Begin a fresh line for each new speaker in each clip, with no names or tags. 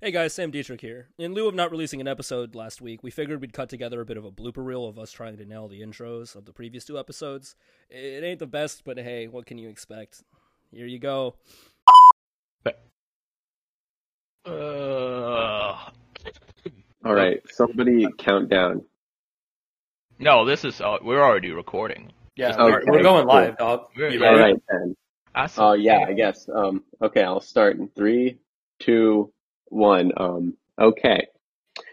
Hey guys, Sam Dietrich here. In lieu of not releasing an episode last week, we figured we'd cut together a bit of a blooper reel of us trying to nail the intros of the previous two episodes. It ain't the best, but hey, what can you expect? Here you go.
Uh,
All right, somebody count down.
no, this is uh, we're already recording.
Yeah,
Oh,
we're, we're
okay,
going
cool.
live, dog.
We're-
You
All
ready?
right, then.
Uh, I s-
Oh yeah, I guess. Um, okay, I'll start in three, two, one. Um, okay.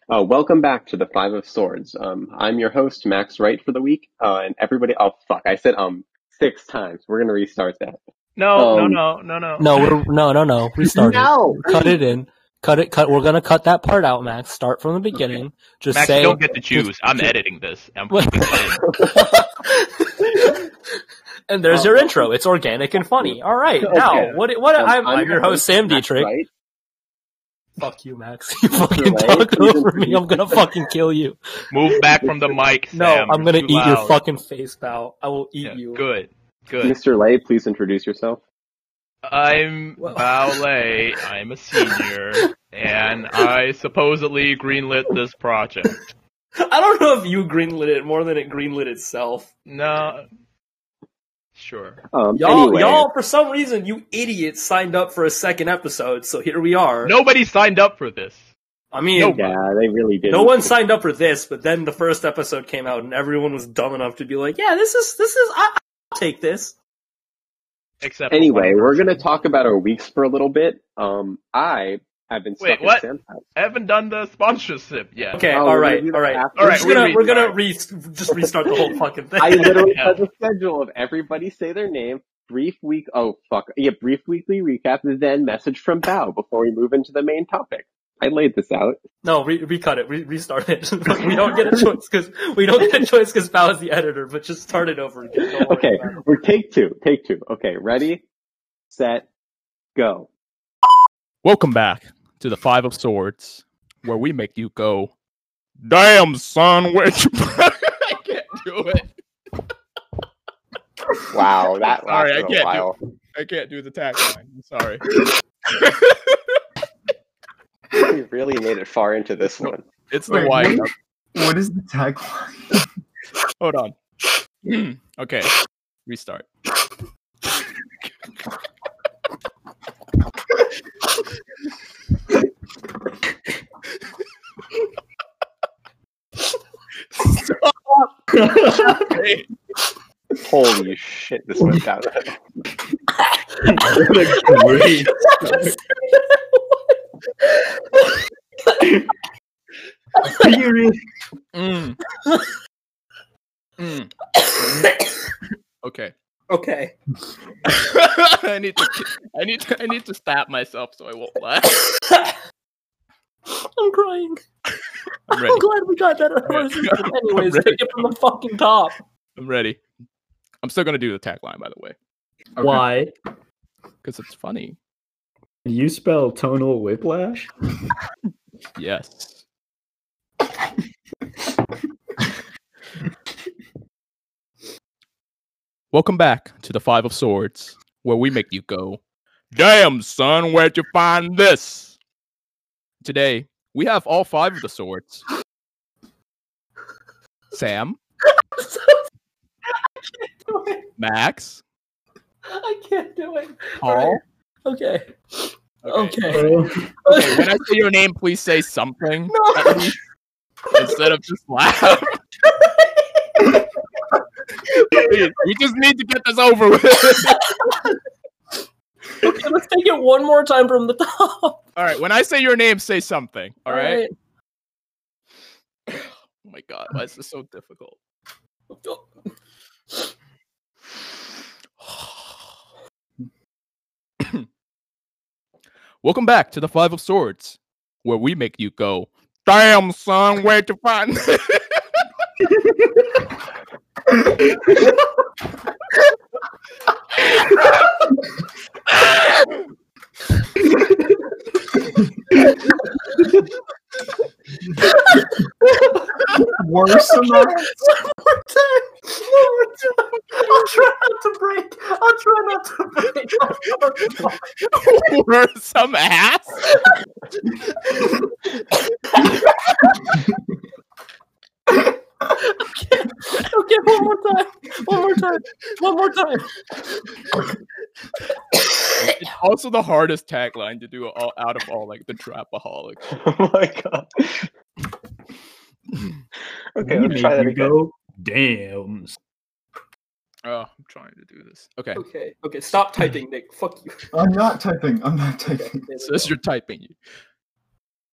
Uh, welcome back to the Five of Swords. Um, I'm your host Max Wright for the week, uh, and everybody. Oh fuck, I said um six times. We're gonna restart that.
no,
um,
no, no, no, no,
No, we're no, no, no. Restart
No.
it. Cut it in. Cut it. Cut. We're gonna cut that part out, Max. Start from the beginning. Just
Max,
say.
you don't get to choose. I'm
just-
editing this. I'm
What? and there's your intro. It's organic and funny. All right.
Okay.
Now, what? What?
Um,
I'm, I'm your host, Sam
Max
Dietrich.
Wright.
Fuck you, Max. You fucking
Right.
talked
Even
over me. I'm gonna fucking kill you.
move back from the mic.
No,
Sam.
I'm gonna
Too
eat your
loud.
fucking face, pal. I will eat
Yeah,
you.
Good, good.
Mr. Lay, please introduce yourself.
I'm
Well-
Ballet. I'm a senior, and I supposedly greenlit this project.
I don't know if you greenlit it more than it greenlit itself.
No, sure.
Um,
Y'all,
anyway,
y'all, for some reason, you idiots signed up for a second episode, so here we are.
Nobody signed up for this.
I mean,
no-
no,
Yeah, they really did.
one signed up for this, but then the first episode came out, and everyone was dumb enough to be like, "Yeah, this is this is I, I'll take this."
Except
Anyway, we're gonna talk about our weeks for a little bit. Um, I have been stuck
Wait, what?
in Sam's house.
I haven't done the sponsorship yet.
Okay,
Oh,
all
we're
right,
gonna do
all
that
right,
after?
all
All right,
right. We're gonna
we
we're gonna re- just restart the whole fucking thing.
I literally
Yeah.
have a schedule of everybody say their name, brief week. Oh fuck, yeah, brief weekly recap, then message from Bao before we move into the main topic. I laid this out.
No, re- recut it, re- restart it. we don't get a choice because we don't get a choice because Bao is the editor. But just start it over again. Don't worry
Okay,
about it.
we're take two, take two. Okay, ready, set, go.
Welcome back to the Five of Swords, where we make you go, damn son, which I can't do it.
Wow, that
Sorry, I
lasted a
can't
while.
I can't do the tagline. I'm sorry.
We really made it far into this one.
It's the
Wait,
white.
what- What is the tagline?
Hold on. okay, restart. Stop. Hey.
Holy shit, this went down.
Are you really-
Mm. Mm. okay.
Okay.
I need to. I need. To, I need to stab myself so I won't laugh.
I'm crying.
I'm ready.
I'm glad we got that. out of our
I'm
system. Anyways,
ready.
take it from the fucking top.
I'm ready. I'm still gonna do the tagline, by the way,
Okay.
Why?
because it's funny.
You spell tonal whiplash?
Yes. Welcome back to the Five of Swords, where we make you go, Damn, son, where'd you find this? Today, we have all five of the swords. Sam, Max,
I can't do it.
Paul.
Okay. Okay.
Bro,
Okay, When I say your name, please say something at least, instead of just laugh. Please, we just need to get this over with.
okay, let's take it one more time from the top.
All right. When I say your name, say something. All right. Oh my god, why is this so difficult?
All right.
Welcome back to the Five of Swords, where we make you go, damn son, where'd you find? this?"
worse than that?
One uh, more time. One more time. I'll try not to break. I'll try not to break.
We're some ass.
time. One more time. One more time.
It's also the hardest tagline to do all, out of all like the trapaholics.
oh my god. Okay,
You
let's try
made
that
me
again.
Go. Damn.
Oh, I'm trying to do this. Okay,
Okay. Okay. Stop typing, Nick. Fuck you.
I'm not typing. I'm not typing.
so as you're typing,